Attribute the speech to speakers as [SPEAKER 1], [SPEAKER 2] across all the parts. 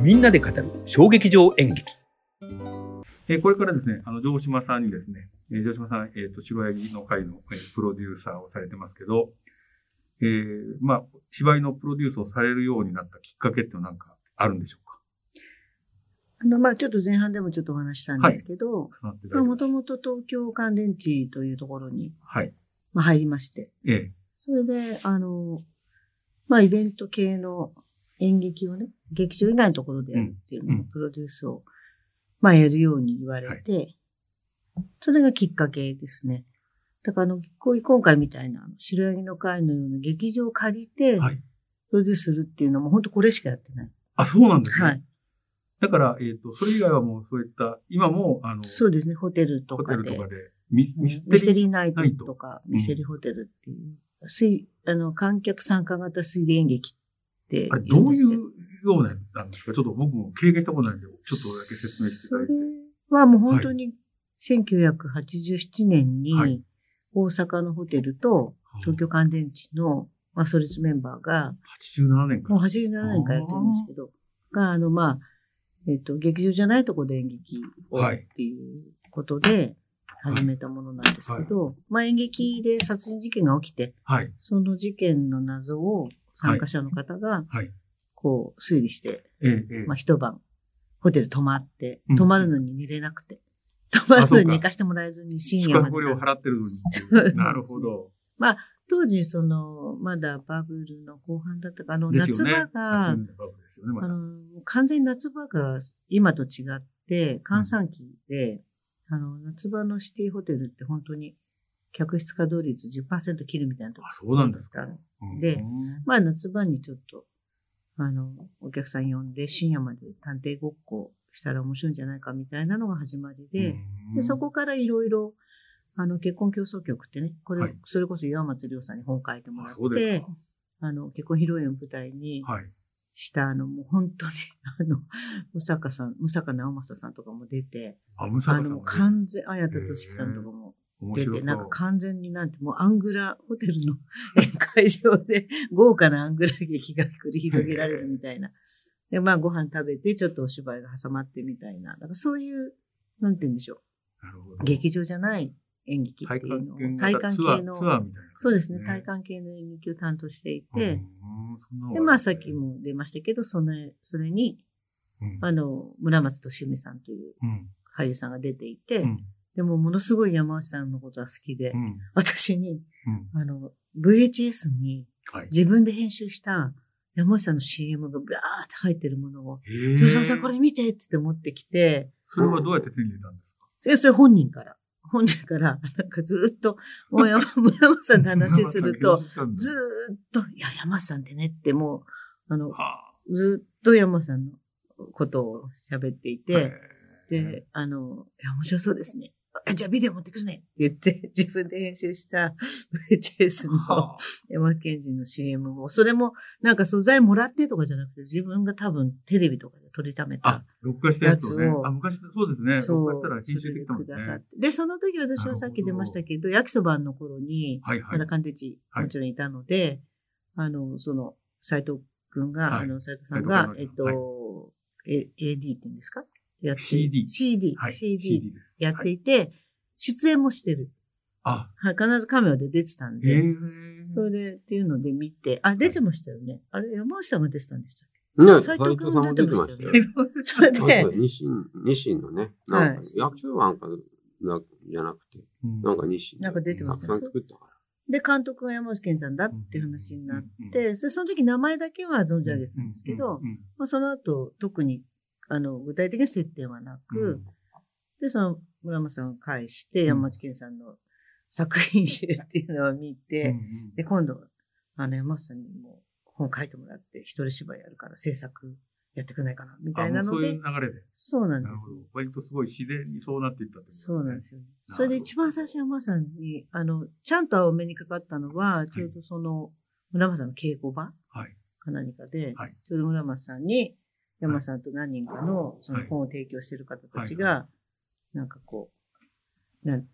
[SPEAKER 1] みんなで語る小劇場演劇。
[SPEAKER 2] えーこれからですね、あの、城島さんにですね、えー城島さん、えっ、と、芝居の会の、えープロデューサーをされてますけど、えーまあ、芝居のプロデュースをされるようになったきっかけっていうのはなんかあるんでしょうか
[SPEAKER 3] あの、まあ、ちょっと前半でもちょっとお話したんですけど、
[SPEAKER 2] 重なっていた
[SPEAKER 3] ま
[SPEAKER 2] だ
[SPEAKER 3] あ、
[SPEAKER 2] いて
[SPEAKER 3] もともと東京乾電池というところに、
[SPEAKER 2] はい。
[SPEAKER 3] まあ、入りまして、
[SPEAKER 2] ええ
[SPEAKER 3] それで、あの、まあ、イベント系の演劇をね、劇場以外のところでやるっていうの
[SPEAKER 2] うんう
[SPEAKER 3] を
[SPEAKER 2] ん
[SPEAKER 3] プロデュースを、まあ、やるように言われて、それがきっかけですね。だから、あの、こういう今回みたいな、あの白ヤギの会のような劇場を借りて、
[SPEAKER 2] はい
[SPEAKER 3] プロデュースするっていうのも、本当これしかやってない。
[SPEAKER 2] あ、そうなんですね。
[SPEAKER 3] はい。
[SPEAKER 2] だから、えっ、と、それ以外はもうそういった、今も、あの、
[SPEAKER 3] そうですね、ホテルと
[SPEAKER 2] ホテ
[SPEAKER 3] か
[SPEAKER 2] ル
[SPEAKER 3] で。
[SPEAKER 2] とかで、ミミス
[SPEAKER 3] ミス
[SPEAKER 2] テ
[SPEAKER 3] テ
[SPEAKER 2] リー。
[SPEAKER 3] リーナイトとか、
[SPEAKER 2] ん
[SPEAKER 3] ミステリーホテルっていう、水、あの、観客参加型推理演劇って
[SPEAKER 2] あれ、ど
[SPEAKER 3] 言ん
[SPEAKER 2] う
[SPEAKER 3] で
[SPEAKER 2] い
[SPEAKER 3] す
[SPEAKER 2] う
[SPEAKER 3] けど。
[SPEAKER 2] ようなやつなんですかちょっと僕も経験したことないんで、ちょっとだけ説明していただいて。
[SPEAKER 3] それはもう本当に1987年
[SPEAKER 2] はい
[SPEAKER 3] に、大阪のホテルと東京乾電池の、まあ、創立メンバーが、
[SPEAKER 2] 87年か
[SPEAKER 3] もう
[SPEAKER 2] ら。
[SPEAKER 3] 87年からやってるんですけど、が、あの、まあ、えっ、と、劇場じゃないとこで演劇を
[SPEAKER 2] はい
[SPEAKER 3] っていうことで始めたものなんですけど、まあ演劇で殺人事件が起きて、
[SPEAKER 2] はい。
[SPEAKER 3] その事件の謎を参加者の方が、
[SPEAKER 2] はい。
[SPEAKER 3] こう、推理して、
[SPEAKER 2] ええええ
[SPEAKER 3] まあ、一晩、ホテル泊まって
[SPEAKER 2] うん、
[SPEAKER 3] 泊まるのに寝れなくて、泊まるの
[SPEAKER 2] そう
[SPEAKER 3] に
[SPEAKER 2] か
[SPEAKER 3] 寝かしてもらえずに深
[SPEAKER 2] 宿
[SPEAKER 3] 夜ま
[SPEAKER 2] 泊料を
[SPEAKER 3] で。
[SPEAKER 2] 払ってるのにって
[SPEAKER 3] そうな
[SPEAKER 2] い
[SPEAKER 3] ん
[SPEAKER 2] う。
[SPEAKER 3] です
[SPEAKER 2] なるほど。
[SPEAKER 3] 当時、その、まだバブルの後半だったか、あの、
[SPEAKER 2] です
[SPEAKER 3] 夏
[SPEAKER 2] よね。
[SPEAKER 3] 場
[SPEAKER 2] 夏
[SPEAKER 3] が、
[SPEAKER 2] 場ですよね、ま
[SPEAKER 3] あ
[SPEAKER 2] だ。
[SPEAKER 3] の、完全に夏場が今と違って、閑散期で、あの、夏場のシティホテルって本当に、客室稼働率10%切るみたいなとこ
[SPEAKER 2] あ、そうなんですか。
[SPEAKER 3] から、
[SPEAKER 2] うん
[SPEAKER 3] で
[SPEAKER 2] うん
[SPEAKER 3] まあ夏場にちょっと、あの、お客さん呼んで深夜まで探偵ごっこしたら面白いんじゃないかみたいなのが始まりで、で、そこからいろいろ、あの、結婚競争局ってね、これ、
[SPEAKER 2] はい
[SPEAKER 3] それこそ岩松亮さんに本書いてもら
[SPEAKER 2] あ
[SPEAKER 3] っ
[SPEAKER 2] そうです
[SPEAKER 3] て
[SPEAKER 2] か、。
[SPEAKER 3] あの、結婚披露宴を舞台に
[SPEAKER 2] はい。
[SPEAKER 3] した、あの、もう本当に、あの、 武坂さん、武坂直政さんとかも出て、
[SPEAKER 2] あ、ムサ
[SPEAKER 3] あ
[SPEAKER 2] カさ
[SPEAKER 3] の、
[SPEAKER 2] ん
[SPEAKER 3] もう
[SPEAKER 2] も
[SPEAKER 3] 完全、綾田俊樹さんとかも
[SPEAKER 2] 面
[SPEAKER 3] 出
[SPEAKER 2] 白
[SPEAKER 3] て、
[SPEAKER 2] そう
[SPEAKER 3] なんか完全になんて、もうアングラ、ホテルの宴会場で豪華なアングラ劇が繰り広げられるみたいな。で、まあご飯食べて、ちょっとお芝居が挟まってみたいな。だからそういう、なんて言うんでしょ
[SPEAKER 2] なるほど
[SPEAKER 3] う。劇場じゃない演劇っていうのを、
[SPEAKER 2] 体感系型
[SPEAKER 3] の、
[SPEAKER 2] ツアーツアーみたいな感じ、
[SPEAKER 3] そうですね、体感系の演劇を担当していて、
[SPEAKER 2] うんそんなのがるんすね
[SPEAKER 3] で、まあさっき、も出ましたけど、それ、それに、
[SPEAKER 2] うん
[SPEAKER 3] あの、村松敏美さんという
[SPEAKER 2] うん
[SPEAKER 3] 俳優さんが出ていて、
[SPEAKER 2] うん
[SPEAKER 3] でもものすごい山内さんのことは好きで、
[SPEAKER 2] うん
[SPEAKER 3] 私に、
[SPEAKER 2] うん
[SPEAKER 3] あの、VHS に
[SPEAKER 2] はい。
[SPEAKER 3] 自分で編集した山下の CM がバーって入ってるものを、
[SPEAKER 2] へー
[SPEAKER 3] 吉野さんこれ見てって言って持ってきて、
[SPEAKER 2] それはどうやって手に入れたんですか
[SPEAKER 3] で、それ本人から。本人から、なんかずっと、もう山村松さんと 話すると、、ずーっと、いや、山下さんってねってもう、あの、
[SPEAKER 2] は
[SPEAKER 3] ずーっと山下さんのことを喋ってい
[SPEAKER 2] あ
[SPEAKER 3] て、で、あの、いや、面白そうですね。あじゃあビデオ持ってくるねって言って、自分で編集した VHS の
[SPEAKER 2] はあ
[SPEAKER 3] 山内健人の CM も、それもなんか素材もらってとかじゃなくて、自分が多分テレビとかで撮りため
[SPEAKER 2] あ
[SPEAKER 3] た。、
[SPEAKER 2] 録画したやつをね
[SPEAKER 3] やつ。を
[SPEAKER 2] あ、昔、そうですね。録画したら編
[SPEAKER 3] そ
[SPEAKER 2] 集
[SPEAKER 3] れ
[SPEAKER 2] で
[SPEAKER 3] で
[SPEAKER 2] きたもん
[SPEAKER 3] く
[SPEAKER 2] ね。
[SPEAKER 3] ださって。で、その時私はさっき出ましたけど、焼きそばの頃に、
[SPEAKER 2] はいは
[SPEAKER 3] ま
[SPEAKER 2] い
[SPEAKER 3] だ。関手地、
[SPEAKER 2] はい
[SPEAKER 3] もちろんいたので、あの、その、斎藤くんが、
[SPEAKER 2] はい
[SPEAKER 3] あの、斎藤さん
[SPEAKER 2] 斉
[SPEAKER 3] が、
[SPEAKER 2] 藤
[SPEAKER 3] えっ
[SPEAKER 2] さんが
[SPEAKER 3] と、え AD って言うんですかやって
[SPEAKER 2] CD
[SPEAKER 3] CD
[SPEAKER 2] はい
[SPEAKER 3] CD
[SPEAKER 2] です
[SPEAKER 3] やっ
[SPEAKER 2] はい
[SPEAKER 3] ていて、出演もしてる。
[SPEAKER 2] あ、
[SPEAKER 3] はい、必ずカメラで出てたん
[SPEAKER 2] へ
[SPEAKER 3] で、
[SPEAKER 2] え。
[SPEAKER 3] それで、っていうので見て、あ、出てましたよね。あれ、山内さんが出てたんでしたっ
[SPEAKER 4] ね、
[SPEAKER 3] け
[SPEAKER 4] 斉藤さんも出てましたよ。
[SPEAKER 3] そ れ
[SPEAKER 4] あ
[SPEAKER 3] で
[SPEAKER 4] そう、ニシン、ニシンのね、なんか、
[SPEAKER 3] はい
[SPEAKER 4] 薬中湾かな、じゃなくて、
[SPEAKER 2] うん
[SPEAKER 4] なんかニシン。
[SPEAKER 3] なんか出てました
[SPEAKER 4] た
[SPEAKER 3] よ
[SPEAKER 4] くさん作ったか
[SPEAKER 3] で、監督が山内健さんだっていう話になっ
[SPEAKER 2] うん
[SPEAKER 3] て、でその時名前だけは存じ上げてたんですけ
[SPEAKER 2] う
[SPEAKER 3] ど
[SPEAKER 2] ん、うん
[SPEAKER 3] まあ、その後、特に、あの、具体的な接点はな
[SPEAKER 2] うんう
[SPEAKER 3] く
[SPEAKER 2] ん、
[SPEAKER 3] で、その、村山さんを介して、山内健さんの作品集っていうのを見
[SPEAKER 2] うんう
[SPEAKER 3] て、
[SPEAKER 2] ん
[SPEAKER 3] で、今度、あの、山内さんにも本書いてもらって、一人芝居やるから制作やってくれないかな、みたいな
[SPEAKER 2] あも
[SPEAKER 3] の
[SPEAKER 2] うそうい
[SPEAKER 3] で
[SPEAKER 2] う、流れで。
[SPEAKER 3] そうなんで
[SPEAKER 2] なる
[SPEAKER 3] す
[SPEAKER 2] ほど
[SPEAKER 3] よ。。
[SPEAKER 2] 割とすごい自然にそうなっていったってこと
[SPEAKER 3] そうなんですよ。
[SPEAKER 2] ど
[SPEAKER 3] それで一番最初山内さんに、あの、ちゃんとお目にかかったのは、ちょうどその、村山さんの稽古場
[SPEAKER 2] はい。
[SPEAKER 3] か何かで、
[SPEAKER 2] はい
[SPEAKER 3] ちょうど村松さんに、山松さんと何人かのその本を提供している方たち
[SPEAKER 2] はい
[SPEAKER 3] が、なんかこう、なん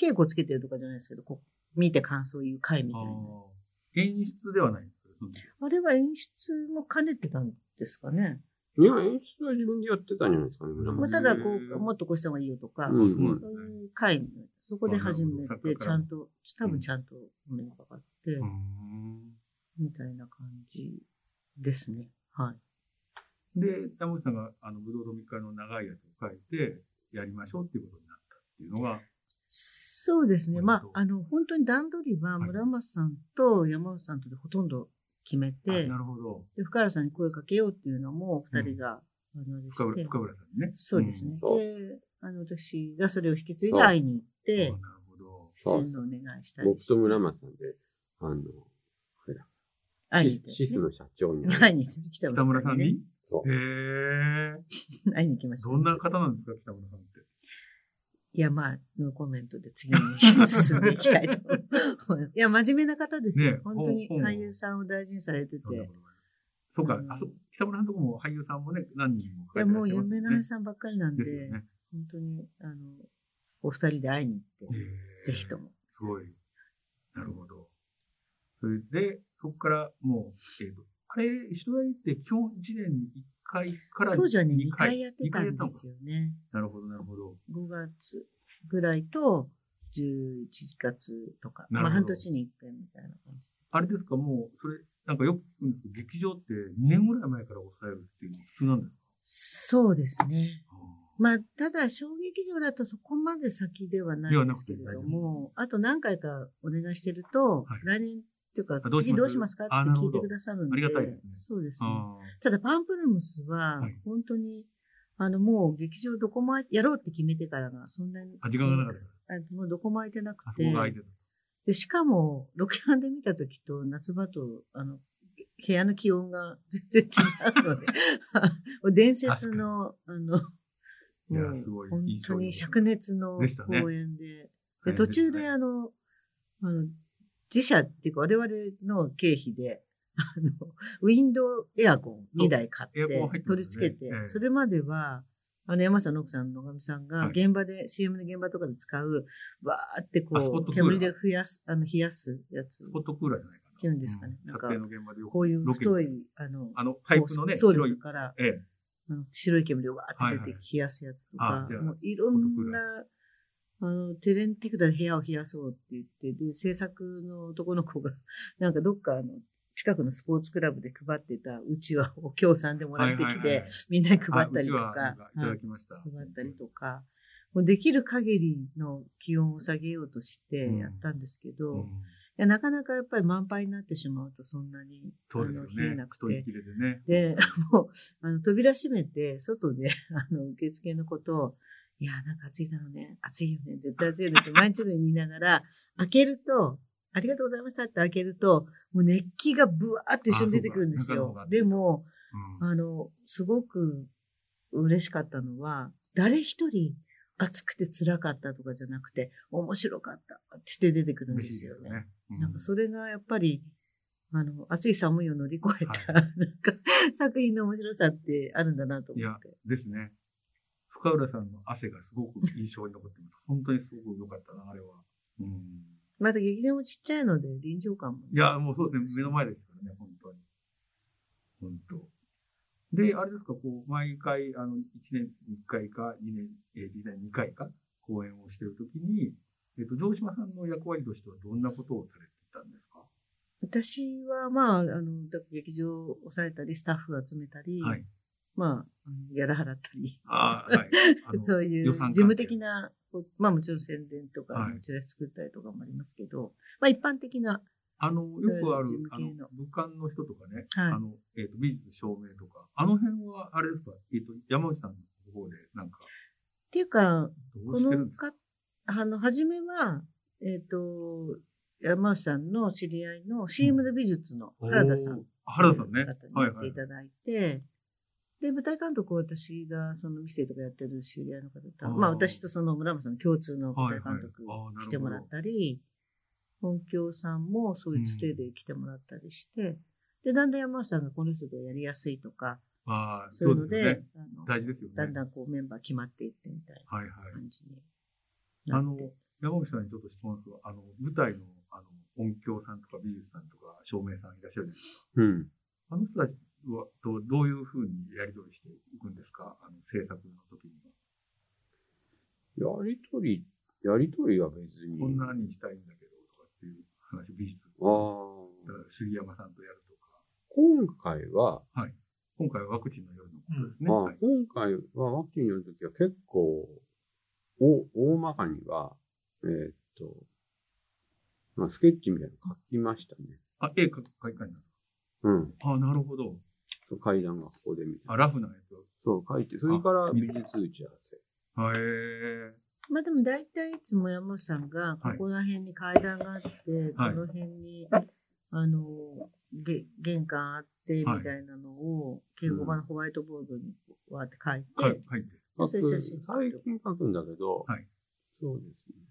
[SPEAKER 3] 稽古つけてるとかじゃないですけど、こう見て感想を言う会み
[SPEAKER 2] あ
[SPEAKER 3] たいな。
[SPEAKER 2] ー演出ではないんですか
[SPEAKER 3] あれは演出も兼ねてたんですかね。
[SPEAKER 4] いや、演出は自分でやってたんじゃないですかね、村
[SPEAKER 3] まあ、
[SPEAKER 4] 松。
[SPEAKER 3] ただこう、もっとこうした方がいいよとか、
[SPEAKER 4] うんうん
[SPEAKER 3] そういう会議、そこで初めて、ちゃんと、多分ちゃんとお目がかかって、
[SPEAKER 2] うん
[SPEAKER 3] みたいな感じですね。はい。
[SPEAKER 2] で、山口さんが、あの、ぶどうと密会の長いやつを書いて、やりましょうっていうことになったっていうのが、
[SPEAKER 3] そうですね。まあ
[SPEAKER 2] ポイン、ト
[SPEAKER 3] あの、本当に段取りは
[SPEAKER 2] はい
[SPEAKER 3] 村松さんと山内さんとでほとんど決めて、
[SPEAKER 2] あなるほど。
[SPEAKER 3] で深浦さんに声をかけようっていうのも、二人が、あの、あれ
[SPEAKER 2] 深
[SPEAKER 3] し
[SPEAKER 2] 浦
[SPEAKER 3] て
[SPEAKER 2] 深浦さんにね。
[SPEAKER 3] そうですね。
[SPEAKER 4] そう
[SPEAKER 3] で、あの、私がそれを引き継い
[SPEAKER 4] そ
[SPEAKER 3] で
[SPEAKER 4] う
[SPEAKER 3] 会いに行
[SPEAKER 2] う
[SPEAKER 3] っ
[SPEAKER 2] ん。
[SPEAKER 3] て
[SPEAKER 2] あ、なるほど。
[SPEAKER 3] 出
[SPEAKER 4] そう
[SPEAKER 3] 演のお願いしたり
[SPEAKER 4] 僕
[SPEAKER 3] して
[SPEAKER 4] と村松さんで、あの、
[SPEAKER 3] 会いに行
[SPEAKER 4] シ
[SPEAKER 3] って
[SPEAKER 4] スシス
[SPEAKER 3] ね、
[SPEAKER 4] の社長に。
[SPEAKER 3] 会いに行って、北
[SPEAKER 2] 北村さん
[SPEAKER 3] ね
[SPEAKER 2] に
[SPEAKER 4] そう
[SPEAKER 2] へえ。
[SPEAKER 3] 会いに行きましたね、
[SPEAKER 2] どんな方なんですか、北村さんって。
[SPEAKER 3] いや、まあ、ノーコメントで次に進んでいきたいと思 います。いや、真面目な方ですよ。
[SPEAKER 2] ねえ
[SPEAKER 3] 本当に
[SPEAKER 2] ほうほう
[SPEAKER 3] 俳優さんを大事にされてて。
[SPEAKER 2] どんなことがあるそうか、
[SPEAKER 3] うん
[SPEAKER 2] あそ北村さんとこも俳優さんもね、何人も
[SPEAKER 3] い
[SPEAKER 2] 書い
[SPEAKER 3] や、
[SPEAKER 2] て
[SPEAKER 3] も
[SPEAKER 2] らっ
[SPEAKER 3] う
[SPEAKER 2] しゃい
[SPEAKER 3] 有
[SPEAKER 2] ますね
[SPEAKER 3] 名な俳優さんばっかりなん
[SPEAKER 2] で
[SPEAKER 3] で、
[SPEAKER 2] すよね。
[SPEAKER 3] 本当に、あの、お二人で会いに行って、
[SPEAKER 2] へえ
[SPEAKER 3] ぜひとも。
[SPEAKER 2] すごい。なるほど。それで、そこからもう、えっ、と、あれ、石戸屋って基本1年に1回から
[SPEAKER 3] 当時はね、
[SPEAKER 2] 二
[SPEAKER 3] 2回やってた
[SPEAKER 2] 二
[SPEAKER 3] ん
[SPEAKER 2] 回や
[SPEAKER 3] で
[SPEAKER 2] った
[SPEAKER 3] す
[SPEAKER 2] のか
[SPEAKER 3] よね。
[SPEAKER 2] なるほど、なるほど。
[SPEAKER 3] 5月ぐらいと、11月とか、
[SPEAKER 2] な
[SPEAKER 3] ま
[SPEAKER 2] るほど
[SPEAKER 3] あ半年に一回みたいな感じ。
[SPEAKER 2] あれですか、もう、それ、なんかよく聞くんですけど、劇場って2年ぐらい前から抑えるっていうの普通なんですか
[SPEAKER 3] そうですね。まあ、ただ、小劇場だとそこまで先ではないんですけれど
[SPEAKER 2] では
[SPEAKER 3] も、あと何回かお願いしてると、
[SPEAKER 2] はい
[SPEAKER 3] 来年っていうか
[SPEAKER 2] あど、うします
[SPEAKER 3] 次どうしますかって
[SPEAKER 2] あなる
[SPEAKER 3] 聞
[SPEAKER 2] ほ
[SPEAKER 3] いて
[SPEAKER 2] ど
[SPEAKER 3] くださるんで、
[SPEAKER 2] ありがたいですね
[SPEAKER 3] そうですね。
[SPEAKER 2] あ
[SPEAKER 3] ただ、パンプルームスは
[SPEAKER 2] はい、
[SPEAKER 3] 本当に、あの、もう劇場どこもやろうって決めてからが、そんなに。
[SPEAKER 2] あ、時間がなかった。
[SPEAKER 3] あもうどこも空いてなく
[SPEAKER 2] あそ
[SPEAKER 3] て
[SPEAKER 2] こが。空いてた。
[SPEAKER 3] で、しかも、ロケハンで見た時と、夏場と、あの、部屋の気温が 全然違うので、 伝説の、あの、
[SPEAKER 2] いや
[SPEAKER 3] もう
[SPEAKER 2] すごい
[SPEAKER 3] 本
[SPEAKER 2] 印象
[SPEAKER 3] 当
[SPEAKER 2] に
[SPEAKER 3] に灼熱の
[SPEAKER 2] でしたね
[SPEAKER 3] 公演で、
[SPEAKER 2] 大変
[SPEAKER 3] で途中で
[SPEAKER 2] ね
[SPEAKER 3] あの、あの、自社っていうか我々の経費で、 あの、ウィンドウエアコン2台買って
[SPEAKER 2] エアコン入ってますよね
[SPEAKER 3] 取り付けて
[SPEAKER 2] え、え
[SPEAKER 3] それまでは、あの、山さんの奥さんの野上さんが
[SPEAKER 2] はい
[SPEAKER 3] 現場で、CM の現場とかで使う、わーって
[SPEAKER 2] あスポッ
[SPEAKER 3] こ
[SPEAKER 2] ト
[SPEAKER 3] う、
[SPEAKER 2] クーラー
[SPEAKER 3] 煙で増やす、あの、冷やすやつ
[SPEAKER 2] ス。ポットクーラーじゃないかな。
[SPEAKER 3] っていうんですかね
[SPEAKER 2] う
[SPEAKER 3] なんか
[SPEAKER 2] 撮影の現場でよく
[SPEAKER 3] こういう
[SPEAKER 2] ロケ
[SPEAKER 3] 太い、あの、
[SPEAKER 2] あの、パイプのね、
[SPEAKER 3] そう
[SPEAKER 2] 白
[SPEAKER 3] です
[SPEAKER 2] い。
[SPEAKER 3] から、
[SPEAKER 2] ええ。
[SPEAKER 3] あの白い煙でわーって
[SPEAKER 2] はい
[SPEAKER 3] 出
[SPEAKER 2] は
[SPEAKER 3] て冷やすやつと
[SPEAKER 2] あ
[SPEAKER 3] か、
[SPEAKER 2] じゃあ
[SPEAKER 3] もういろんな、あの、テレンティクダで部屋を冷やそうって言って、で、制作の男の子が、 なんかどっかあの、近くのスポーツクラブで配ってたうちわを協賛でもらって
[SPEAKER 2] はい
[SPEAKER 3] き
[SPEAKER 2] はいはい
[SPEAKER 3] て、みんなに配ったりと
[SPEAKER 2] あうちはな
[SPEAKER 3] か
[SPEAKER 2] ん、いた
[SPEAKER 3] は
[SPEAKER 2] だ
[SPEAKER 3] い
[SPEAKER 2] きました。
[SPEAKER 3] 配ったりとか、もうできる限りの気温を下げようとしてやったんですけど、
[SPEAKER 2] う
[SPEAKER 3] い
[SPEAKER 2] ん
[SPEAKER 3] やなかなかやっぱり満杯になってしまうとそんなに、
[SPEAKER 2] そうですよ
[SPEAKER 3] あの冷え
[SPEAKER 2] ね
[SPEAKER 3] な。く
[SPEAKER 2] 太
[SPEAKER 3] て
[SPEAKER 2] い、切れでね。
[SPEAKER 3] で、 もう、あの、扉閉めて、外で、 あの、受付のことを、いや、なんか暑いだろうね。暑いよね。絶対暑いよね って毎日のように言いながら、開けると、ありがとうございましたって開けると、もう熱気がブワーって一緒に出てくるんで
[SPEAKER 2] あ
[SPEAKER 3] す
[SPEAKER 2] そうか
[SPEAKER 3] よ
[SPEAKER 2] 中の方が。
[SPEAKER 3] でも、
[SPEAKER 2] うん
[SPEAKER 3] あの、すごく嬉しかったのは、誰一人暑くて辛かったとかじゃなくて、面白かったって言って出てくるんで
[SPEAKER 2] 嬉しい
[SPEAKER 3] す
[SPEAKER 2] で
[SPEAKER 3] よ
[SPEAKER 2] す
[SPEAKER 3] ね。
[SPEAKER 2] ね。う
[SPEAKER 3] なんかそれがやっぱり、あの、暑い寒いを乗り越えた、
[SPEAKER 2] は
[SPEAKER 3] なんか作品の面白さってあるんだなと思って。
[SPEAKER 2] ですね。深浦さんの汗がすごく印象に残ってます。本当にすごく良かったな、あれは。うん、
[SPEAKER 3] また劇場もちっちゃいので臨場感もね、
[SPEAKER 2] いや、もうそうですね。目の前ですからね、本当に。本当。で、あれですか、こう、毎回、あの、1年に1回か、2年、えー、2年2回か、公演をしているときに、えっ、と、城島さんの役割としてはどんなことをされてたんですか
[SPEAKER 3] 私はまあ、あの、だ劇場を抑えたり、スタッフを集めたり、
[SPEAKER 2] はい。
[SPEAKER 3] まあ、あのギャラ払ったり、
[SPEAKER 2] あ あ、はい。あの
[SPEAKER 3] そうい
[SPEAKER 2] 予
[SPEAKER 3] う
[SPEAKER 2] 算関
[SPEAKER 3] 事
[SPEAKER 2] 係
[SPEAKER 3] 務的な、こうまあもちろん宣伝とか、
[SPEAKER 2] はい
[SPEAKER 3] あのチラシ作ったりとかもありますけど、まあ一般的な、
[SPEAKER 2] あの、よくある
[SPEAKER 3] 事務、
[SPEAKER 2] あ
[SPEAKER 3] 系の
[SPEAKER 2] の、武漢の人とかね、
[SPEAKER 3] はい
[SPEAKER 2] あの、えっ、と、美術証明とか、あの辺は、あれですか、えっ、と、山内さんの方で、なんか、
[SPEAKER 3] っていうか、
[SPEAKER 2] どう
[SPEAKER 3] こ
[SPEAKER 2] してる
[SPEAKER 3] の
[SPEAKER 2] んですか
[SPEAKER 3] か、あの、初めは、えっ、と、山内さんの知り合いの CM の美術の原田さん、
[SPEAKER 2] おーあ原田さんね。
[SPEAKER 3] 方
[SPEAKER 2] は
[SPEAKER 3] に
[SPEAKER 2] い
[SPEAKER 3] やっ
[SPEAKER 2] は
[SPEAKER 3] て
[SPEAKER 2] い
[SPEAKER 3] い。ただいて、で、舞台監督を私が、その店とかやってる知り合いの方
[SPEAKER 2] あー
[SPEAKER 3] と、まあ私とその村山さんの共通の
[SPEAKER 2] は
[SPEAKER 3] 舞
[SPEAKER 2] い
[SPEAKER 3] 台
[SPEAKER 2] はい
[SPEAKER 3] 監督
[SPEAKER 2] あーなるほど
[SPEAKER 3] 来てもらったり、音響さんもそういうつてで来てもらったりして、で、だんだん山内さんがこの人とやりやすいとか、
[SPEAKER 2] ああ、
[SPEAKER 3] そういうの
[SPEAKER 2] す
[SPEAKER 3] で、
[SPEAKER 2] よね
[SPEAKER 3] あの
[SPEAKER 2] 大事ですよね。
[SPEAKER 3] だんだんこうメンバー決まっていってみたい
[SPEAKER 2] はいはい。
[SPEAKER 3] な感じにな
[SPEAKER 2] あ
[SPEAKER 3] っ
[SPEAKER 2] の
[SPEAKER 3] て。、
[SPEAKER 2] 山口さんにちょっと質問ですが、あの、舞台の、あの、音響さんとか美術さんとか照明さんいらっしゃるじゃないです
[SPEAKER 4] うん。
[SPEAKER 2] か。あの人たちは、とどういうふうにやり取りして
[SPEAKER 4] とり、やりとりは別に。
[SPEAKER 2] こんなにしたいんだけどとかっていう話、美術。
[SPEAKER 4] あ
[SPEAKER 2] だか
[SPEAKER 4] あ。
[SPEAKER 2] ら杉山さんとやるとか。
[SPEAKER 4] 今回は、
[SPEAKER 2] 今回はワクチンの夜のことですね。
[SPEAKER 4] まあ
[SPEAKER 2] はい、
[SPEAKER 4] 今回はワクチンやるときは結構、お、大まかには、えーっと、まあ、スケッチみたいなの書きましたね。
[SPEAKER 2] あ、絵描いたんだ。
[SPEAKER 4] うん。
[SPEAKER 2] あ、なるほど。
[SPEAKER 4] そう階段がここでみたいな。
[SPEAKER 2] あ、ラフなやつ
[SPEAKER 4] そう、書いて、それから美術打ち合わせ。
[SPEAKER 2] はへえ。
[SPEAKER 3] まあでも大体いつも山本さんが、ここら辺に階段があって、
[SPEAKER 2] はい
[SPEAKER 3] この辺に、あの、げ玄関あって、み
[SPEAKER 2] はい
[SPEAKER 3] たいなのを、敬語場のホワイトボードにわーって書いて、
[SPEAKER 2] か書いて。
[SPEAKER 4] 書
[SPEAKER 3] そういう写
[SPEAKER 4] く、
[SPEAKER 3] 真
[SPEAKER 4] 最近書くんだけど、
[SPEAKER 2] はい
[SPEAKER 4] そうですね。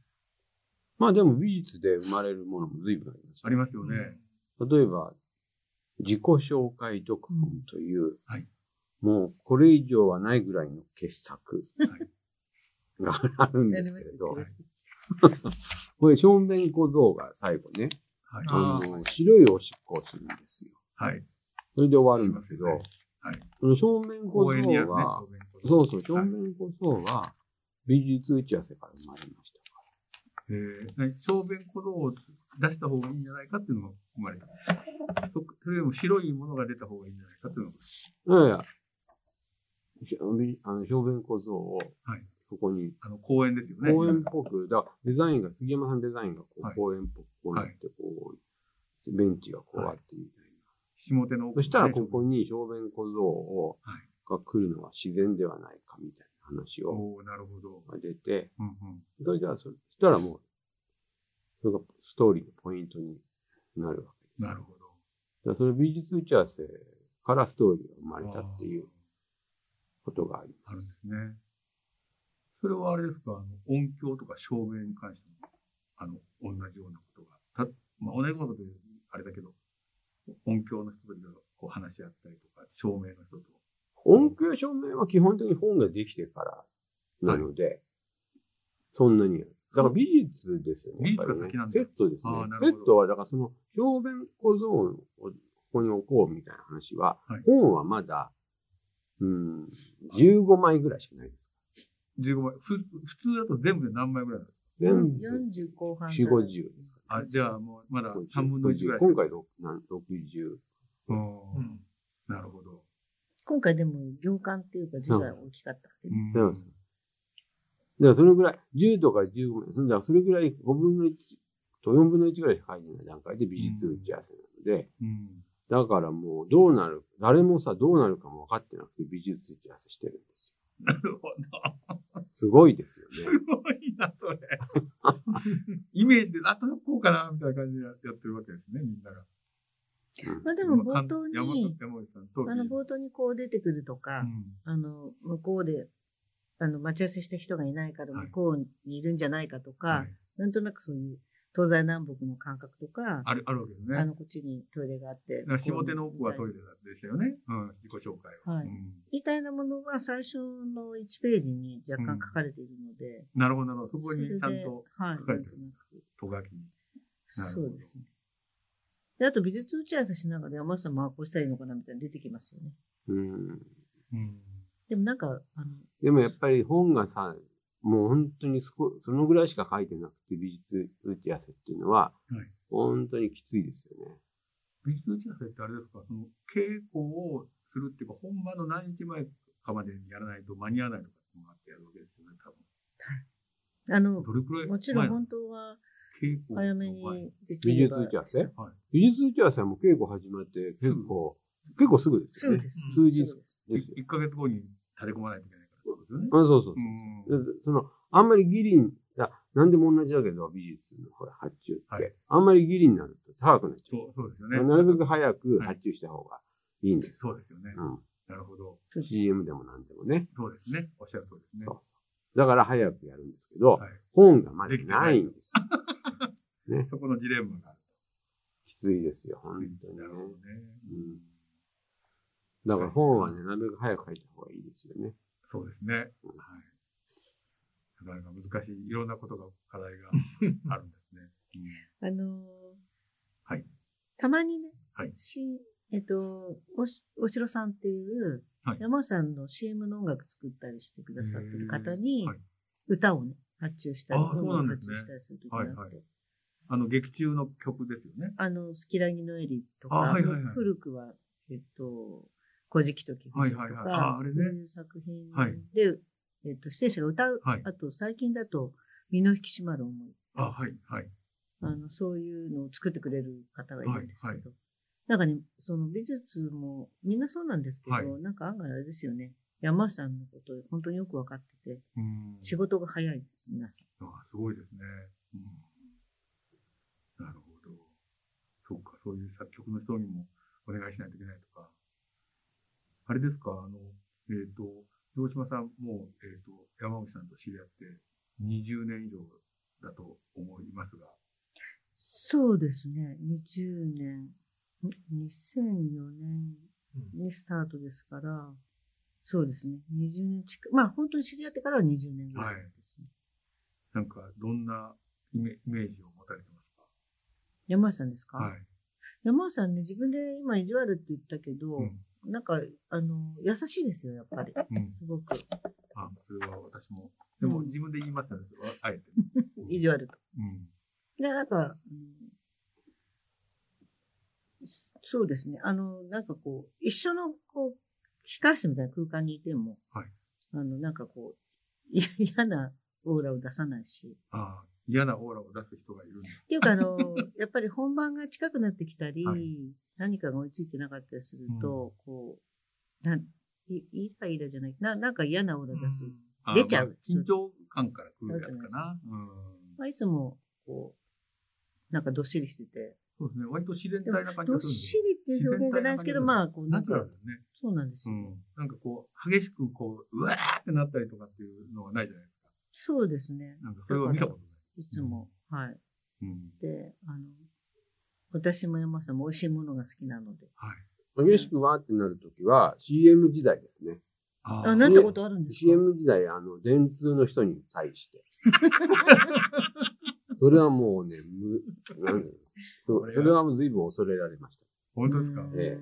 [SPEAKER 4] まあでも美術で生まれるものも随分あります
[SPEAKER 2] ありますよね。
[SPEAKER 4] 例えば、自己紹介読本という、
[SPEAKER 2] はい
[SPEAKER 4] もうこれ以上はないぐらいの傑作
[SPEAKER 2] はい
[SPEAKER 4] があるんですけれど、
[SPEAKER 3] はい
[SPEAKER 4] これ正面小僧が最後ね、
[SPEAKER 2] はい。
[SPEAKER 4] あ
[SPEAKER 2] あ
[SPEAKER 4] の白いおしっこをするんですよ。
[SPEAKER 2] ーはい。
[SPEAKER 4] それで終わるんだけど、
[SPEAKER 2] しますねはい
[SPEAKER 4] この正面小
[SPEAKER 2] 公園にあ
[SPEAKER 4] 僧
[SPEAKER 2] るね
[SPEAKER 4] は、、
[SPEAKER 2] 公園
[SPEAKER 4] そうそう、正
[SPEAKER 2] はい
[SPEAKER 4] 面小僧は美術打ち合わせから生まれました。
[SPEAKER 2] えー、何小便小僧を出した方がいいんじゃないかっていうのが生まれた。そそれよりも白いものが出た方がいいんじゃないかっていうのが。
[SPEAKER 4] いやいや、しあの小便小僧を
[SPEAKER 2] はい、
[SPEAKER 4] そこに
[SPEAKER 2] あの、公園ですよね。
[SPEAKER 4] 公園っぽく、だからデザインが、杉山さんデザインがこう、
[SPEAKER 2] はい
[SPEAKER 4] 公園っぽくこうなって、こう、ベンチがこうあってみたいな。
[SPEAKER 2] 下手の奥にね
[SPEAKER 4] そしたらここに小便小僧を、
[SPEAKER 2] は
[SPEAKER 4] が来るのは自然ではないかみたいな話を
[SPEAKER 2] おおなるほど。
[SPEAKER 4] 出て、
[SPEAKER 2] うんうん。
[SPEAKER 4] それじゃあそ、そしたらもう、それがストーリーのポイントになるわけです。
[SPEAKER 2] なるほど。
[SPEAKER 4] だからそれ美術打ち合わせからストーリーが生まれたっていうことがあり
[SPEAKER 2] あー。あ
[SPEAKER 4] ま。
[SPEAKER 2] るんですすね。それはあれですか、あの音響とか照明に関しても、あの、同じようなことが。たまあ、同じようなことで、あれだけど、音響の人といろいろこう話し合ったりとか、照明の人と。
[SPEAKER 4] 音響照明は基本的に本ができてからなので、そんなに。だから美術ですよ
[SPEAKER 2] 美
[SPEAKER 4] ね。
[SPEAKER 2] 術
[SPEAKER 4] やっぱりね
[SPEAKER 2] が先なんだ
[SPEAKER 4] セットですね
[SPEAKER 2] あーな。
[SPEAKER 4] セ
[SPEAKER 2] るほど
[SPEAKER 4] ットは、だからその、表面小僧をここに置こうみたいな話は、
[SPEAKER 2] はい
[SPEAKER 4] 本はまだ、うん、15枚ぐらいしかないです。
[SPEAKER 2] 15枚。ふ普通だと全部で何枚ぐらいだ
[SPEAKER 4] 全部
[SPEAKER 3] 40後半
[SPEAKER 4] 4、50ですか
[SPEAKER 2] あ、じゃあもうまだ
[SPEAKER 4] ら。
[SPEAKER 2] 3分の1ぐらいしか
[SPEAKER 4] 今回6なん60。
[SPEAKER 2] う
[SPEAKER 5] うんん
[SPEAKER 2] なるほど。
[SPEAKER 3] 今回でも行間っていうか字が大きかったって、
[SPEAKER 2] うん
[SPEAKER 4] そうですだからそれぐらい、10とか15分、そんだそれぐらい5分の1と4分の1ぐらいしか入ってない段階で美術打ち合わせなので、
[SPEAKER 2] うん
[SPEAKER 4] だからもうどうなる、誰もさ、どうなるかも分かってなくて美術打ち合わせしてるんです
[SPEAKER 2] なるほど。
[SPEAKER 4] よ。すごいですよね
[SPEAKER 2] す。ごいな、それ。イメージで、あとどこうかな、みたいな感じでやってるわけですね、みんなが。
[SPEAKER 3] まあでも
[SPEAKER 2] まあ
[SPEAKER 3] 冒頭
[SPEAKER 2] 山本
[SPEAKER 3] に、
[SPEAKER 2] 山本さんと。
[SPEAKER 3] あの冒頭にこう出てくるとか、
[SPEAKER 2] うん
[SPEAKER 3] あの、向こうで、あの、待ち合わせした人がいないから
[SPEAKER 2] はい
[SPEAKER 3] 向こうにいるんじゃないかとか、
[SPEAKER 2] はい
[SPEAKER 3] なんとなくそういう東西南北の感覚とか、
[SPEAKER 2] ある、あるわけですね。
[SPEAKER 3] あの、こっちにトイレがあって
[SPEAKER 2] だか。ら下手の
[SPEAKER 3] こう
[SPEAKER 2] 奥はトイレでしたよね。うん、自己紹介は。
[SPEAKER 3] はい
[SPEAKER 2] うん
[SPEAKER 3] みたいなものは最初の1ページに若干書かれているので、
[SPEAKER 2] なるほど、なるほど。そこ
[SPEAKER 3] れ
[SPEAKER 2] に
[SPEAKER 3] で
[SPEAKER 2] ちゃんと、
[SPEAKER 3] はい
[SPEAKER 2] 書かれてる
[SPEAKER 3] なんとなく
[SPEAKER 2] とがきに。なるほ
[SPEAKER 3] そ
[SPEAKER 2] ど
[SPEAKER 3] うですね。で、あと美術打ち合わせしながら山本さんもこうしたらいいのかなみたいなの出てきますよね。
[SPEAKER 4] うん。
[SPEAKER 2] うん。
[SPEAKER 3] でもなんか、あの、
[SPEAKER 4] でもやっぱり本がさ、もう本当にすこそのぐらいしか書いてなくて美術打ち合わせっていうのは
[SPEAKER 2] はい、
[SPEAKER 4] 本当にきついですよね。
[SPEAKER 2] 美術打ち合わせってあれですか、その、稽古をするっていうか、本番の何日前かまでにやらないと間に合わないとかっていうのがあってやるわけですよね、多分。
[SPEAKER 3] あの、
[SPEAKER 2] どれくらい
[SPEAKER 3] もちろん
[SPEAKER 2] 前
[SPEAKER 3] 本当は
[SPEAKER 2] 稽古
[SPEAKER 3] 早め
[SPEAKER 2] はい
[SPEAKER 3] にできれば。
[SPEAKER 4] 美術打ち合わせ
[SPEAKER 2] はい。
[SPEAKER 4] 美術打ち合わせはもう稽古始まって結構、結構すぐです
[SPEAKER 3] そ
[SPEAKER 4] よ
[SPEAKER 3] う
[SPEAKER 4] ね。
[SPEAKER 3] です。
[SPEAKER 4] 数日ですよ。
[SPEAKER 2] 1ヶ月後に立て込まないといけないからってことですよね。
[SPEAKER 4] あそうそうそう
[SPEAKER 2] う。ん。
[SPEAKER 4] でその、あんまりギリに、な何でも同じだけど、美術のほら、発注って、
[SPEAKER 2] はい
[SPEAKER 4] あんまりギリになると高くなっちゃ
[SPEAKER 2] そう、そうですよ
[SPEAKER 4] う。
[SPEAKER 2] ね。
[SPEAKER 4] なるべく早く発注した方がいいんです。
[SPEAKER 2] そうですよね。
[SPEAKER 4] うん。
[SPEAKER 2] なるほど。
[SPEAKER 4] CM でも何でもね。
[SPEAKER 2] そうですね。おっしゃるそうですね
[SPEAKER 4] そう。そう。だから早くやるんですけど、
[SPEAKER 2] はい
[SPEAKER 4] 本がまだないんです。
[SPEAKER 2] そこのジレンマがある。
[SPEAKER 4] きついですよ、本当に
[SPEAKER 2] な
[SPEAKER 4] ね
[SPEAKER 2] る。ほどね。
[SPEAKER 4] うん。だから本はね、なるべく早く書いた方がいいですよね。
[SPEAKER 2] そうですね。はい。なかなか難しい、いろんなことが、課題があるんですね。
[SPEAKER 3] あのー
[SPEAKER 2] はい
[SPEAKER 3] たまにね、
[SPEAKER 2] はい
[SPEAKER 3] しえっと、おし、お城さんっていう、
[SPEAKER 2] はい
[SPEAKER 3] 山さんの CM の音楽作ったりしてくださってる方に、
[SPEAKER 2] はい
[SPEAKER 3] 歌をね、発注したり、
[SPEAKER 2] あーそうなんですね
[SPEAKER 3] 発注したりするときがあって、
[SPEAKER 2] はいはあの、劇中の曲ですよね。
[SPEAKER 3] あの、スキラギのエリとか、
[SPEAKER 2] あはいはいはい
[SPEAKER 3] 古くは、えっと、古事記と貴婦人とか、
[SPEAKER 2] はいはいはいああれね
[SPEAKER 3] そういう作品
[SPEAKER 2] はい
[SPEAKER 3] で、えっと、出演者が歌う、
[SPEAKER 2] はい
[SPEAKER 3] あと最近だと、身の引き締まる思い、
[SPEAKER 2] あ、はい、はい。
[SPEAKER 3] あの、そういうのを作ってくれる方がいるんですけど、
[SPEAKER 2] はい
[SPEAKER 3] なんかね、その美術も、みんなそうなんですけど、
[SPEAKER 2] はい
[SPEAKER 3] なんか案外あれですよね、山さんのこと、本当によく分かってて、
[SPEAKER 2] うん。
[SPEAKER 3] 仕事が早いです、皆さん。
[SPEAKER 2] あすごいですね。うん。なるほど。そっか、そういう作曲の人にもお願いしないといけないとか。あれですか、あの、えっ、と、城島さんも、えっ、と、山口さんと知り合って20年以上だと思いますが、
[SPEAKER 3] そうですね。20年、ん2004年にスタートですから、そうですね。20年近く、まあ本当に知り合ってからは20年ぐらいですね。
[SPEAKER 2] なんか、どんなイメイメージを持たれてますか
[SPEAKER 3] 山内さんですか、
[SPEAKER 2] はい。
[SPEAKER 3] 山内さんね、自分で今意地悪って言ったけど、
[SPEAKER 2] うん
[SPEAKER 3] なんか、あの、優しいですよ、やっぱり。
[SPEAKER 2] うん。
[SPEAKER 3] すごく。
[SPEAKER 2] あ、それは私も。でも、
[SPEAKER 3] うん
[SPEAKER 2] 自分で言います よね、あえて。
[SPEAKER 3] 意地悪と。
[SPEAKER 2] うん。
[SPEAKER 3] で、なんか、うんそそうですね。あの、なんかこう、一緒の、こう、控室みたいな空間にいても、
[SPEAKER 2] はい
[SPEAKER 3] あの、なんかこう、い嫌なオーラを出さないし。
[SPEAKER 2] ああ、嫌なオーラを出す人がいるんだ。
[SPEAKER 3] っていうか、あの、やっぱり本番が近くなってきたり、
[SPEAKER 2] はい
[SPEAKER 3] 何かが追いついてなかったりすると、こう、なん、いイライラじゃない、な、なんか嫌なオーラ出す。
[SPEAKER 2] あー
[SPEAKER 3] 出ちゃう
[SPEAKER 2] まあ緊張感から来るやつかな。うん。
[SPEAKER 3] まあ、いつも、こう、なんかどっしりしてて、
[SPEAKER 2] そうですね。割と自然体な感じ
[SPEAKER 3] ど
[SPEAKER 2] がするん
[SPEAKER 3] っ
[SPEAKER 2] です
[SPEAKER 3] しりっていう表現じゃないですけど、
[SPEAKER 2] 自然体な感じ
[SPEAKER 3] まあ、こう、な
[SPEAKER 2] ナ
[SPEAKER 3] ん
[SPEAKER 2] チュラ
[SPEAKER 3] か
[SPEAKER 2] ル、だね。
[SPEAKER 3] そうなんです
[SPEAKER 2] う
[SPEAKER 3] よ。
[SPEAKER 2] ん。なんかこう、激しくこう、うわーってなったりとかっていうのはないじゃないですか。
[SPEAKER 3] そうですね。
[SPEAKER 2] なんかそれは見たことない。
[SPEAKER 3] いつも、はい。
[SPEAKER 2] うん。
[SPEAKER 3] で、あの、私も山さんも美味しいものが好きなので。
[SPEAKER 2] はい。
[SPEAKER 4] 激しくわーってなるときは CM 時代ですね。
[SPEAKER 2] あー
[SPEAKER 3] あ、なったことあるんですか
[SPEAKER 4] CM 時代、あの、電通の人に対 して。それはもうね、む、なんだろうそ
[SPEAKER 2] これ
[SPEAKER 4] う
[SPEAKER 2] が
[SPEAKER 4] それはもう随分恐れられまし
[SPEAKER 2] 本当ですか。
[SPEAKER 3] うん
[SPEAKER 4] え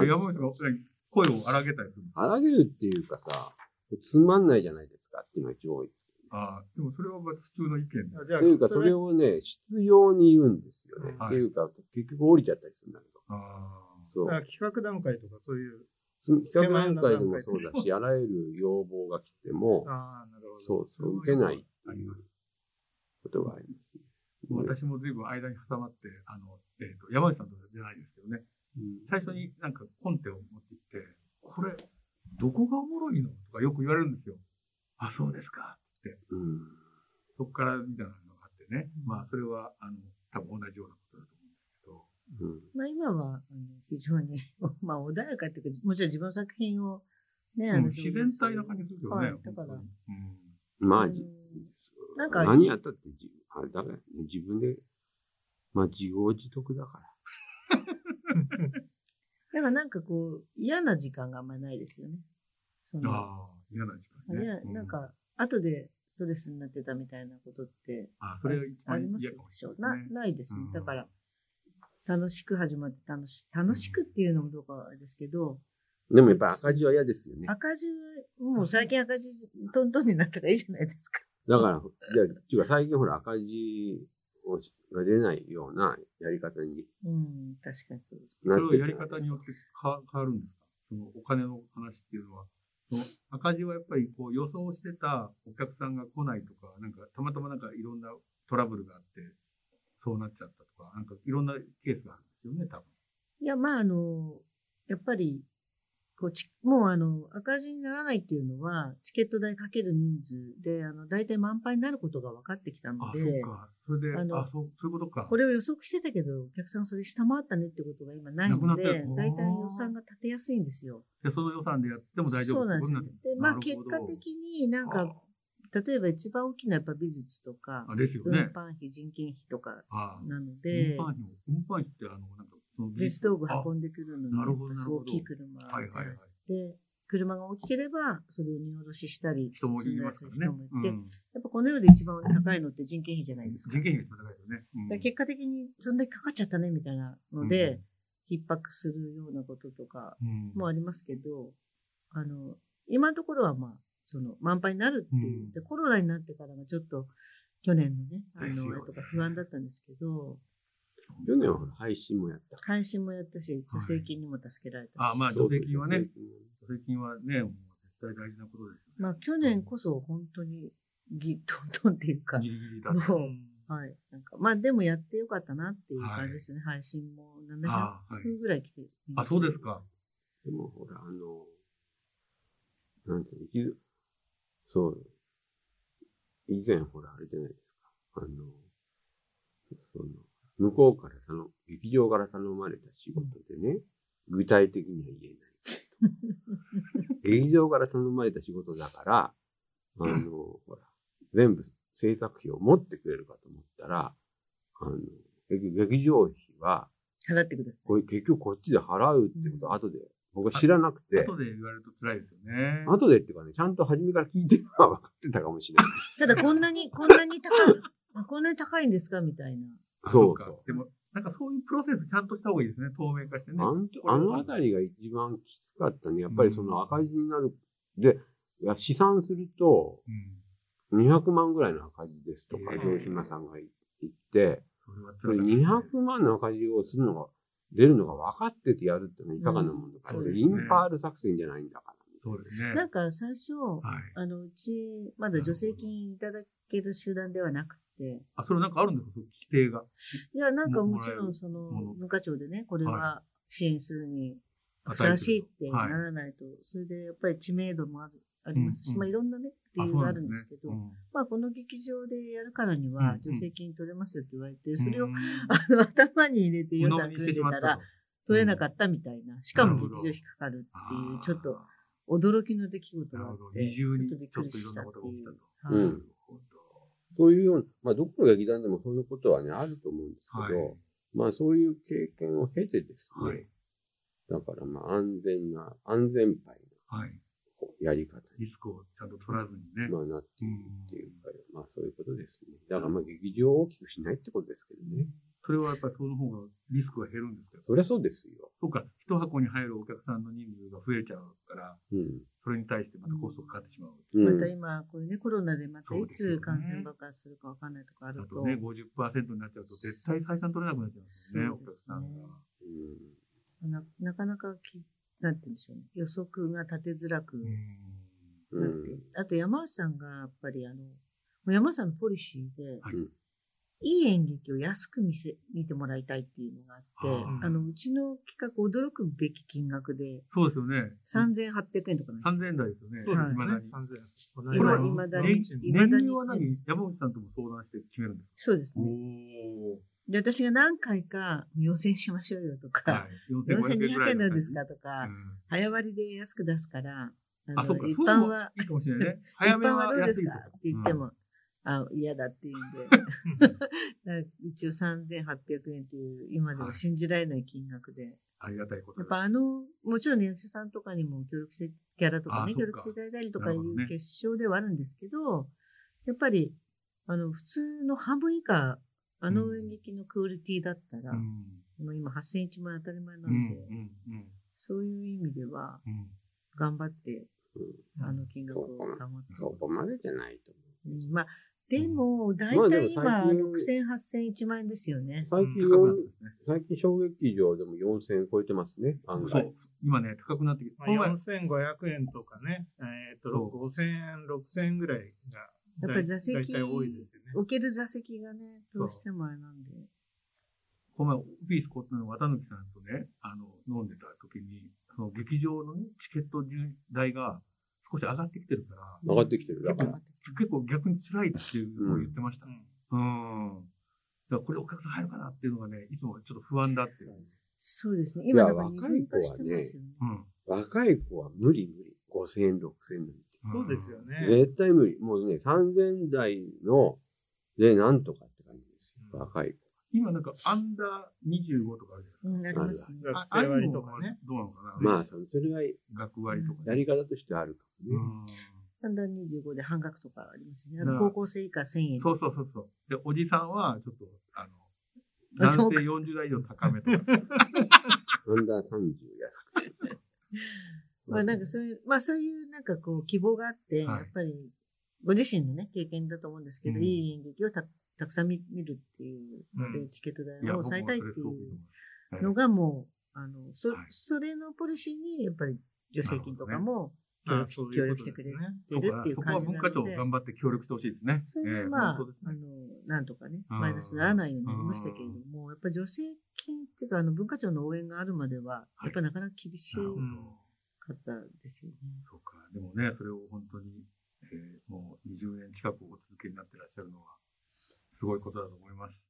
[SPEAKER 2] え山本さんが声を荒げたりするんです
[SPEAKER 4] た。荒げるっていうかさ、つまんないじゃないですかっていうのが一応多いです。
[SPEAKER 2] ああ、でもそれはまた普通の意見で。
[SPEAKER 1] じゃ
[SPEAKER 4] というか、それをね、必要に言うんですよね。
[SPEAKER 2] はい
[SPEAKER 4] っていうか、結局降りちゃったりするんだけど。
[SPEAKER 2] あ
[SPEAKER 4] そう。
[SPEAKER 1] だから企画段階とかそういう。
[SPEAKER 4] その企画段階でもそうだし、あらゆる要望が来ても、
[SPEAKER 1] ああ、なるほど。
[SPEAKER 4] そうそう、受けないっていうことがありますね。
[SPEAKER 2] あ。私も随分間に挟まって、あの、えっ、と、山内さんとかじゃないですけどね。
[SPEAKER 4] うん
[SPEAKER 2] 最初になんかコンテを持ってきて、これ、どこがおもろいのとかよく言われるんですよ。あ、そうですか。
[SPEAKER 4] うん
[SPEAKER 2] そこからみたいなのがあってね。まあ、それは、あの、多分同じようなことだと思
[SPEAKER 4] うん
[SPEAKER 3] まあ今は、あの非常に、 まあ穏やかっていうか、もちろん自分の作品をね、あ
[SPEAKER 2] うん
[SPEAKER 3] の
[SPEAKER 2] ですけど、うん、自然体な感じするけどね。
[SPEAKER 3] はいだから
[SPEAKER 2] 本当に
[SPEAKER 4] まあ、
[SPEAKER 3] あの
[SPEAKER 4] じ
[SPEAKER 3] なんか
[SPEAKER 4] 何やったって自あれだからね、自分で、まあ自業自得だから。
[SPEAKER 3] だからなんかこう、嫌な時間があんまりないですよね。そ
[SPEAKER 2] うん、あ
[SPEAKER 3] の、
[SPEAKER 2] あ、嫌な時間
[SPEAKER 3] い
[SPEAKER 2] ね
[SPEAKER 3] や。
[SPEAKER 2] う
[SPEAKER 3] なん、か、後でストレスになってたみたいなことって
[SPEAKER 2] あそれが一
[SPEAKER 3] あ
[SPEAKER 2] 番
[SPEAKER 3] ります
[SPEAKER 2] 嫌
[SPEAKER 3] で
[SPEAKER 2] かもし
[SPEAKER 3] し
[SPEAKER 2] れ
[SPEAKER 3] ょ。
[SPEAKER 2] な
[SPEAKER 3] な、
[SPEAKER 2] いですね。
[SPEAKER 3] ないですね
[SPEAKER 2] うん。
[SPEAKER 3] だから、楽しく始まって楽し、楽しくっていうのもどうかあれですけど、
[SPEAKER 4] でもやっぱ赤字は嫌ですよね。
[SPEAKER 3] 赤字、もう最近赤字トントンになったらいいじゃないですか。
[SPEAKER 4] だから、じゃあ、っていうか最近ほら赤字をしが出ないようなやり方に
[SPEAKER 3] うん、確かにそうです。
[SPEAKER 2] そ
[SPEAKER 4] な
[SPEAKER 2] れ
[SPEAKER 4] っ
[SPEAKER 2] は
[SPEAKER 4] て
[SPEAKER 2] や
[SPEAKER 4] る
[SPEAKER 2] り方によってか変わるんですかそのお金の話っていうのは。その赤字はやっぱりこう予想してたお客さんが来ないとか、なんかたまたまなんかいろんなトラブルがあって、そうなっちゃったとか、なんかいろんなケースがあるんですよね、多分。
[SPEAKER 3] いや、まあ、あの、やっぱり、こうち、もうあの、赤字にならないっていうのは、チケット代かける人数で、あの、大体満杯になることが分かってきたの
[SPEAKER 2] あ、そう
[SPEAKER 3] で、
[SPEAKER 2] か。それで、
[SPEAKER 3] あの
[SPEAKER 2] あ、そう、そういうことか。
[SPEAKER 3] これを予測してたけど、お客さんそれ下回ったねってことが今ない
[SPEAKER 2] な
[SPEAKER 3] の
[SPEAKER 2] くなった
[SPEAKER 3] で
[SPEAKER 2] よ、
[SPEAKER 3] 大体予算が立てやすいんですよ。
[SPEAKER 2] でその予算でやっても大丈夫
[SPEAKER 3] そうなんですよ。
[SPEAKER 2] ってこと
[SPEAKER 3] で、
[SPEAKER 2] に
[SPEAKER 3] ま
[SPEAKER 2] な
[SPEAKER 3] あ
[SPEAKER 2] る
[SPEAKER 3] 結果
[SPEAKER 2] なる
[SPEAKER 3] 的になん
[SPEAKER 2] ほ
[SPEAKER 3] か、例えば一番大きなやっぱ美術とか
[SPEAKER 2] どあ、あですよ
[SPEAKER 3] 運
[SPEAKER 2] ね。
[SPEAKER 3] 搬費、人件費とか
[SPEAKER 2] あ
[SPEAKER 3] なの
[SPEAKER 2] 運
[SPEAKER 3] で
[SPEAKER 2] 搬、費も、運搬費ってあの、なんか、その
[SPEAKER 3] 美術道具
[SPEAKER 2] ん
[SPEAKER 3] 運んでくるのに、
[SPEAKER 2] なるほど
[SPEAKER 3] やっぱすごい大きい車
[SPEAKER 2] はいはいはい。
[SPEAKER 3] で、車が大きければ、それを荷下ろししたり、
[SPEAKER 2] 人もいますからね。
[SPEAKER 3] 積んだりする人もいて、
[SPEAKER 2] うん
[SPEAKER 3] やっぱこの世で一番高いのって人件費じゃないですか。
[SPEAKER 2] 人件費が高いですよね。うん
[SPEAKER 3] だから結果的にそんだけかかっちゃったねみたいなので、、逼迫するようなこととか
[SPEAKER 2] うんうん
[SPEAKER 3] もありますけど、あの、今のところはまあ、その、満杯になるっていう。
[SPEAKER 2] うん
[SPEAKER 3] で、コロナになってからがちょっと、去年のね、あ
[SPEAKER 2] ですよ
[SPEAKER 3] の、
[SPEAKER 2] ね
[SPEAKER 3] あれとか不安だったんですけど、
[SPEAKER 4] 去年は配信もやった。
[SPEAKER 3] 関心もやったし、助成金にも助けられたし。
[SPEAKER 2] あまあ
[SPEAKER 4] そうそう
[SPEAKER 2] 助成金はね。助成金はね、もう絶対大事なことですよね。
[SPEAKER 3] まあ、去年こそ本当に、ぎ、トントンっていうか、
[SPEAKER 2] ギリギリだ
[SPEAKER 3] も
[SPEAKER 2] と。
[SPEAKER 3] う、はい。なんか、まあ、でもやってよかったなっていう
[SPEAKER 2] はい
[SPEAKER 3] 感じですね。配信も700
[SPEAKER 2] ああ、はい。
[SPEAKER 3] ぐらい来てる。
[SPEAKER 2] あ、そうですか。
[SPEAKER 4] でもほら、あの、なんていうのいず、そう、以前ほら、あれじゃないですか。あの、その、向こうから頼む、劇場から頼まれた仕事でね、具体的には言えない。劇場から頼まれた仕事だから、あの、ほら、全部制作費を持ってくれるかと思ったら、あの、劇劇場費は、
[SPEAKER 3] 払ってください。
[SPEAKER 4] これ結局こっちで払うってことは後で、僕は知らなくて、
[SPEAKER 2] 後で言われると辛いですよね。
[SPEAKER 4] 後でっていうかね、ちゃんと初めから聞いてるのは分かってたかもし れな
[SPEAKER 3] た
[SPEAKER 4] い。
[SPEAKER 3] だ、こんなに、こんなに高い、 あこんなに高いんですかみたいな。
[SPEAKER 2] あ
[SPEAKER 4] そう
[SPEAKER 2] か
[SPEAKER 4] そう
[SPEAKER 2] でも、なんかそういうプロセスちゃんとした方がいいですね。透明化してね。
[SPEAKER 4] あんあのあたりが一番きつかったね。やっぱりその赤字になる。で、いや試算すると、
[SPEAKER 2] うん。
[SPEAKER 4] 200万ぐらいの赤字ですとか、
[SPEAKER 2] うん
[SPEAKER 4] 城島さんが言って、
[SPEAKER 2] それは
[SPEAKER 4] それ
[SPEAKER 2] 辛かったですね
[SPEAKER 4] 200万の赤字をするのが、出るのが分かっててやるってのはいかがなもんだから、
[SPEAKER 3] うん
[SPEAKER 4] これ
[SPEAKER 2] そうで
[SPEAKER 4] イ
[SPEAKER 2] すね
[SPEAKER 4] ンパール作戦じゃないんだから。
[SPEAKER 2] そうですね。
[SPEAKER 3] なんか、最初、
[SPEAKER 2] はい。
[SPEAKER 3] あの、うち、まだ助成金いただける集団ではなくて、
[SPEAKER 2] あ、それなんかあるんですか規定が。
[SPEAKER 3] いや、なんか
[SPEAKER 2] も
[SPEAKER 3] もちろん、そ
[SPEAKER 2] も
[SPEAKER 3] の
[SPEAKER 2] の、
[SPEAKER 3] 文化庁でね、これは支援するに
[SPEAKER 2] あ
[SPEAKER 3] ふさわしいってな
[SPEAKER 2] はい
[SPEAKER 3] らないと、それでやっぱり知名度もあるありますし、
[SPEAKER 2] うんうん
[SPEAKER 3] まあいろんなね、理由があるんですけど、まあこの劇場でやるからに
[SPEAKER 2] うん
[SPEAKER 3] は
[SPEAKER 2] うん
[SPEAKER 3] 助成金取れますよって言われて、それを
[SPEAKER 2] を、
[SPEAKER 3] あの頭に入れて
[SPEAKER 2] 予
[SPEAKER 3] 予
[SPEAKER 2] 算
[SPEAKER 3] 算
[SPEAKER 2] にし
[SPEAKER 3] 組
[SPEAKER 2] て
[SPEAKER 3] ん
[SPEAKER 2] し
[SPEAKER 3] で
[SPEAKER 2] まったた
[SPEAKER 3] ら
[SPEAKER 2] と。
[SPEAKER 3] 取れなかったみたいな、しかも
[SPEAKER 2] なるほど
[SPEAKER 3] 劇場費かかる
[SPEAKER 2] あ
[SPEAKER 3] っていう、
[SPEAKER 2] ー
[SPEAKER 3] ちょっと。驚きの出来事
[SPEAKER 2] なる
[SPEAKER 3] が
[SPEAKER 2] ほ
[SPEAKER 3] あっ
[SPEAKER 2] ど。
[SPEAKER 3] て、
[SPEAKER 2] 二重に
[SPEAKER 3] ちょっとびっ
[SPEAKER 2] ちょっ
[SPEAKER 3] くり
[SPEAKER 2] といろ
[SPEAKER 3] し
[SPEAKER 2] ん
[SPEAKER 3] た
[SPEAKER 2] なこ
[SPEAKER 3] っ
[SPEAKER 2] と
[SPEAKER 3] て
[SPEAKER 2] が起
[SPEAKER 3] い
[SPEAKER 2] きた
[SPEAKER 3] う
[SPEAKER 2] と。。
[SPEAKER 3] はい
[SPEAKER 4] うん
[SPEAKER 2] なるほ
[SPEAKER 4] そういうような、まあ、どこの劇団でもそういうことはね、あると思うんです
[SPEAKER 2] ど。は
[SPEAKER 4] け
[SPEAKER 2] い。
[SPEAKER 4] ど、まあ、そういう経験を経てですね、
[SPEAKER 2] はい。
[SPEAKER 4] だからまあ安全な、安全牌
[SPEAKER 2] はい。
[SPEAKER 4] のやり方
[SPEAKER 2] リスクをちゃんと取らずにね
[SPEAKER 4] に。まあなっているっていうか、まあそういうことですね。だからまあ劇場を大きくしないってことですけどね。
[SPEAKER 2] それはやっぱりその方がリスクが減るんですけど。
[SPEAKER 4] そりゃそうですよ。
[SPEAKER 2] そうか、一箱に入るお客さんの人数が増えちゃうから、
[SPEAKER 4] うん。
[SPEAKER 2] それに対してまたコストがかかってしまう。
[SPEAKER 4] う
[SPEAKER 3] また
[SPEAKER 4] ん、
[SPEAKER 3] 今、こういうね、コロナでまた
[SPEAKER 2] そう
[SPEAKER 3] い
[SPEAKER 2] ですよね
[SPEAKER 3] つ感染爆発するかわかんないとかある
[SPEAKER 2] あ
[SPEAKER 3] と
[SPEAKER 2] と、ね、50%になっちゃうと絶対採算取れなくなっちゃうんですよね、お
[SPEAKER 3] そうで
[SPEAKER 2] 客
[SPEAKER 3] すね
[SPEAKER 2] さんが。
[SPEAKER 3] ななかなかき、なんて言うんでしょうね。予測が立てづらく
[SPEAKER 2] う
[SPEAKER 3] なって、
[SPEAKER 2] ん。
[SPEAKER 4] うん。うん。
[SPEAKER 3] あと山内さんがやっぱりあの、もう山内さんのポリシーで、
[SPEAKER 2] はい
[SPEAKER 3] い、い演劇を安く見せ、見てもらいたいっていうのがあって、
[SPEAKER 2] あ
[SPEAKER 3] あ
[SPEAKER 2] あ
[SPEAKER 3] の、うちの企画驚くべき金額で、
[SPEAKER 2] そうですよね。
[SPEAKER 3] 3800円とかなんですよ
[SPEAKER 2] 3000台ですよね。
[SPEAKER 1] そうですね。
[SPEAKER 2] 未だに
[SPEAKER 1] 3000こ
[SPEAKER 2] こ
[SPEAKER 1] の
[SPEAKER 2] れは
[SPEAKER 1] 間
[SPEAKER 3] 今
[SPEAKER 1] の
[SPEAKER 3] 未だ
[SPEAKER 1] ラ
[SPEAKER 3] に
[SPEAKER 1] ンチも
[SPEAKER 3] 今
[SPEAKER 2] 年入は何山口さんとも相談して決めるんです
[SPEAKER 3] そうです
[SPEAKER 2] か
[SPEAKER 3] ね。
[SPEAKER 2] お
[SPEAKER 3] で、私が何回か4000しましょうよとか、
[SPEAKER 2] はい。
[SPEAKER 3] 4200円なんです
[SPEAKER 2] か
[SPEAKER 3] かとか、早割りで安く出すから、あ
[SPEAKER 2] あ、そうか。
[SPEAKER 3] 一
[SPEAKER 2] そういうの
[SPEAKER 3] 般
[SPEAKER 2] も
[SPEAKER 3] はい
[SPEAKER 2] いかもしれない ね。
[SPEAKER 3] 一
[SPEAKER 2] 早め
[SPEAKER 3] 般は
[SPEAKER 2] は
[SPEAKER 3] どうです
[SPEAKER 2] 安い
[SPEAKER 3] か
[SPEAKER 2] とか
[SPEAKER 3] って言って
[SPEAKER 2] うん
[SPEAKER 3] も、あ嫌だって言うんで。だ から一応3800円という、今でも信じられない金額で。
[SPEAKER 2] ありがたいこと
[SPEAKER 3] や
[SPEAKER 2] で
[SPEAKER 3] っ
[SPEAKER 2] す。
[SPEAKER 3] ぱあの、もちろんね役者さんとかにも協力して、キャラとか
[SPEAKER 2] あ
[SPEAKER 3] ね、
[SPEAKER 2] そっか
[SPEAKER 3] 協力していただいたりとかい
[SPEAKER 2] なるほ
[SPEAKER 3] う
[SPEAKER 2] どね
[SPEAKER 3] 決勝ではあるんですけど、やっぱり、あの、普通の半分以下、あの演劇のクオリティだったら、
[SPEAKER 2] うん。
[SPEAKER 3] もう今8000一万円当たり前な
[SPEAKER 2] うん。うん
[SPEAKER 3] で、
[SPEAKER 2] ん。うん
[SPEAKER 3] そういう意味では、
[SPEAKER 2] うん。
[SPEAKER 3] 頑張って、
[SPEAKER 2] うん
[SPEAKER 3] あの金額を保って。
[SPEAKER 4] そこまでじゃないと
[SPEAKER 3] うんまあ、でも、大
[SPEAKER 4] まあでも
[SPEAKER 3] 体今、
[SPEAKER 4] 最
[SPEAKER 3] 6000、8000、1
[SPEAKER 4] 近
[SPEAKER 3] 万円ですよね。
[SPEAKER 4] 思う。最近、
[SPEAKER 2] 高くなってますね。
[SPEAKER 4] 最近小劇場でも4000超えてますね、案
[SPEAKER 2] そ
[SPEAKER 4] 外
[SPEAKER 2] う。。今ね、高くなってきて。
[SPEAKER 1] ま
[SPEAKER 2] こ
[SPEAKER 1] あ
[SPEAKER 2] の前、
[SPEAKER 1] 4500円とかね、えっと、
[SPEAKER 2] そう
[SPEAKER 1] 5000円、6000円ぐらいが、
[SPEAKER 3] やっぱり座席
[SPEAKER 1] 大体多いですよね。
[SPEAKER 3] 置ける座席がね、
[SPEAKER 1] そう
[SPEAKER 3] どうしてもあれなんで。
[SPEAKER 2] この前、オフィスコットの綿貫さんとね、あの、飲んでた時に、その劇場のね、チケット代が少し上がってきてるから、
[SPEAKER 4] 上がってきてる。だから、
[SPEAKER 2] 結構逆に辛いっていうのを言ってました
[SPEAKER 1] う。ん
[SPEAKER 2] うん。だからこれお客さん入るかなっていうのがね、いつもちょっと不安だっていう。
[SPEAKER 3] そうですね。今、だから
[SPEAKER 4] いや
[SPEAKER 3] 二分化して
[SPEAKER 4] 若い子は
[SPEAKER 3] ま
[SPEAKER 4] ね
[SPEAKER 3] すよね。
[SPEAKER 2] うん。
[SPEAKER 4] 若い子は無理無理。5000円、6000円なんて。
[SPEAKER 1] そうですよね。
[SPEAKER 4] 絶対無理。もうね、3000台の、で、なんとかって感じです
[SPEAKER 1] う
[SPEAKER 4] よ。
[SPEAKER 1] ん
[SPEAKER 4] 若い子。
[SPEAKER 2] 今なんかアンダー25とかあるじ
[SPEAKER 3] うん、ありますね。
[SPEAKER 2] ゃないで
[SPEAKER 1] 学
[SPEAKER 2] すか。あ
[SPEAKER 1] 生割とか
[SPEAKER 2] ああいうのは
[SPEAKER 1] ね。
[SPEAKER 2] どうなのかな
[SPEAKER 4] まあ、そそれが
[SPEAKER 2] 学割とか
[SPEAKER 4] や
[SPEAKER 2] ね。
[SPEAKER 4] り方としてあるかも
[SPEAKER 2] う
[SPEAKER 4] ね。
[SPEAKER 2] ん
[SPEAKER 3] だんだん25で半額とかありますよね。あ
[SPEAKER 2] う
[SPEAKER 3] の
[SPEAKER 2] ん
[SPEAKER 3] 高校生以下1000円。
[SPEAKER 2] そうそうそうそう。で、おじさんはちょっと、あの、
[SPEAKER 3] あ
[SPEAKER 2] 男
[SPEAKER 3] そうか
[SPEAKER 2] 性40代以上高めとか。
[SPEAKER 4] アンダー30安く。
[SPEAKER 3] まあなんかそういう、まあそういうなんかこう希望があって、
[SPEAKER 2] はい
[SPEAKER 3] やっぱりご自身のね、経験だと思うんですけど、
[SPEAKER 2] うん
[SPEAKER 3] いい演劇をたたくさん見見るっていうので、
[SPEAKER 1] うん
[SPEAKER 3] チケット代
[SPEAKER 2] いや、
[SPEAKER 3] を
[SPEAKER 2] 僕もそ
[SPEAKER 3] 抑
[SPEAKER 2] れ
[SPEAKER 3] えたい
[SPEAKER 2] す
[SPEAKER 3] ってい
[SPEAKER 2] ごくいいと
[SPEAKER 3] う
[SPEAKER 2] 思ます
[SPEAKER 3] のがもう、あの、そ
[SPEAKER 2] はい
[SPEAKER 3] それのポリシーにやっぱり助成金とかも
[SPEAKER 1] あ
[SPEAKER 3] 協
[SPEAKER 1] あ
[SPEAKER 3] 力し
[SPEAKER 1] そう
[SPEAKER 3] 協
[SPEAKER 1] い
[SPEAKER 3] 力
[SPEAKER 1] うこ
[SPEAKER 3] して
[SPEAKER 1] とで
[SPEAKER 3] く
[SPEAKER 1] す
[SPEAKER 3] れ
[SPEAKER 1] ね
[SPEAKER 3] る。出るっていう
[SPEAKER 2] そこは
[SPEAKER 3] 感じな
[SPEAKER 2] 文化
[SPEAKER 3] の
[SPEAKER 2] 庁
[SPEAKER 3] で、
[SPEAKER 2] 頑張って協力してほしいですね。
[SPEAKER 3] それでま
[SPEAKER 2] ええ
[SPEAKER 3] あ
[SPEAKER 2] 本当です、
[SPEAKER 3] あ
[SPEAKER 2] ね
[SPEAKER 3] の、なんとかね、
[SPEAKER 2] うん
[SPEAKER 3] マイナスにならないようになりましたけれども、やっぱり助成金っていうか、あの、文化庁の応援があるまでは、
[SPEAKER 2] はい
[SPEAKER 3] やっぱなかなか厳し
[SPEAKER 2] なるほど
[SPEAKER 3] かったですよね。
[SPEAKER 2] そうか。でもね、それを本当に、えーもう20年近くお続けになってらっしゃるのは、すごいことだと思います。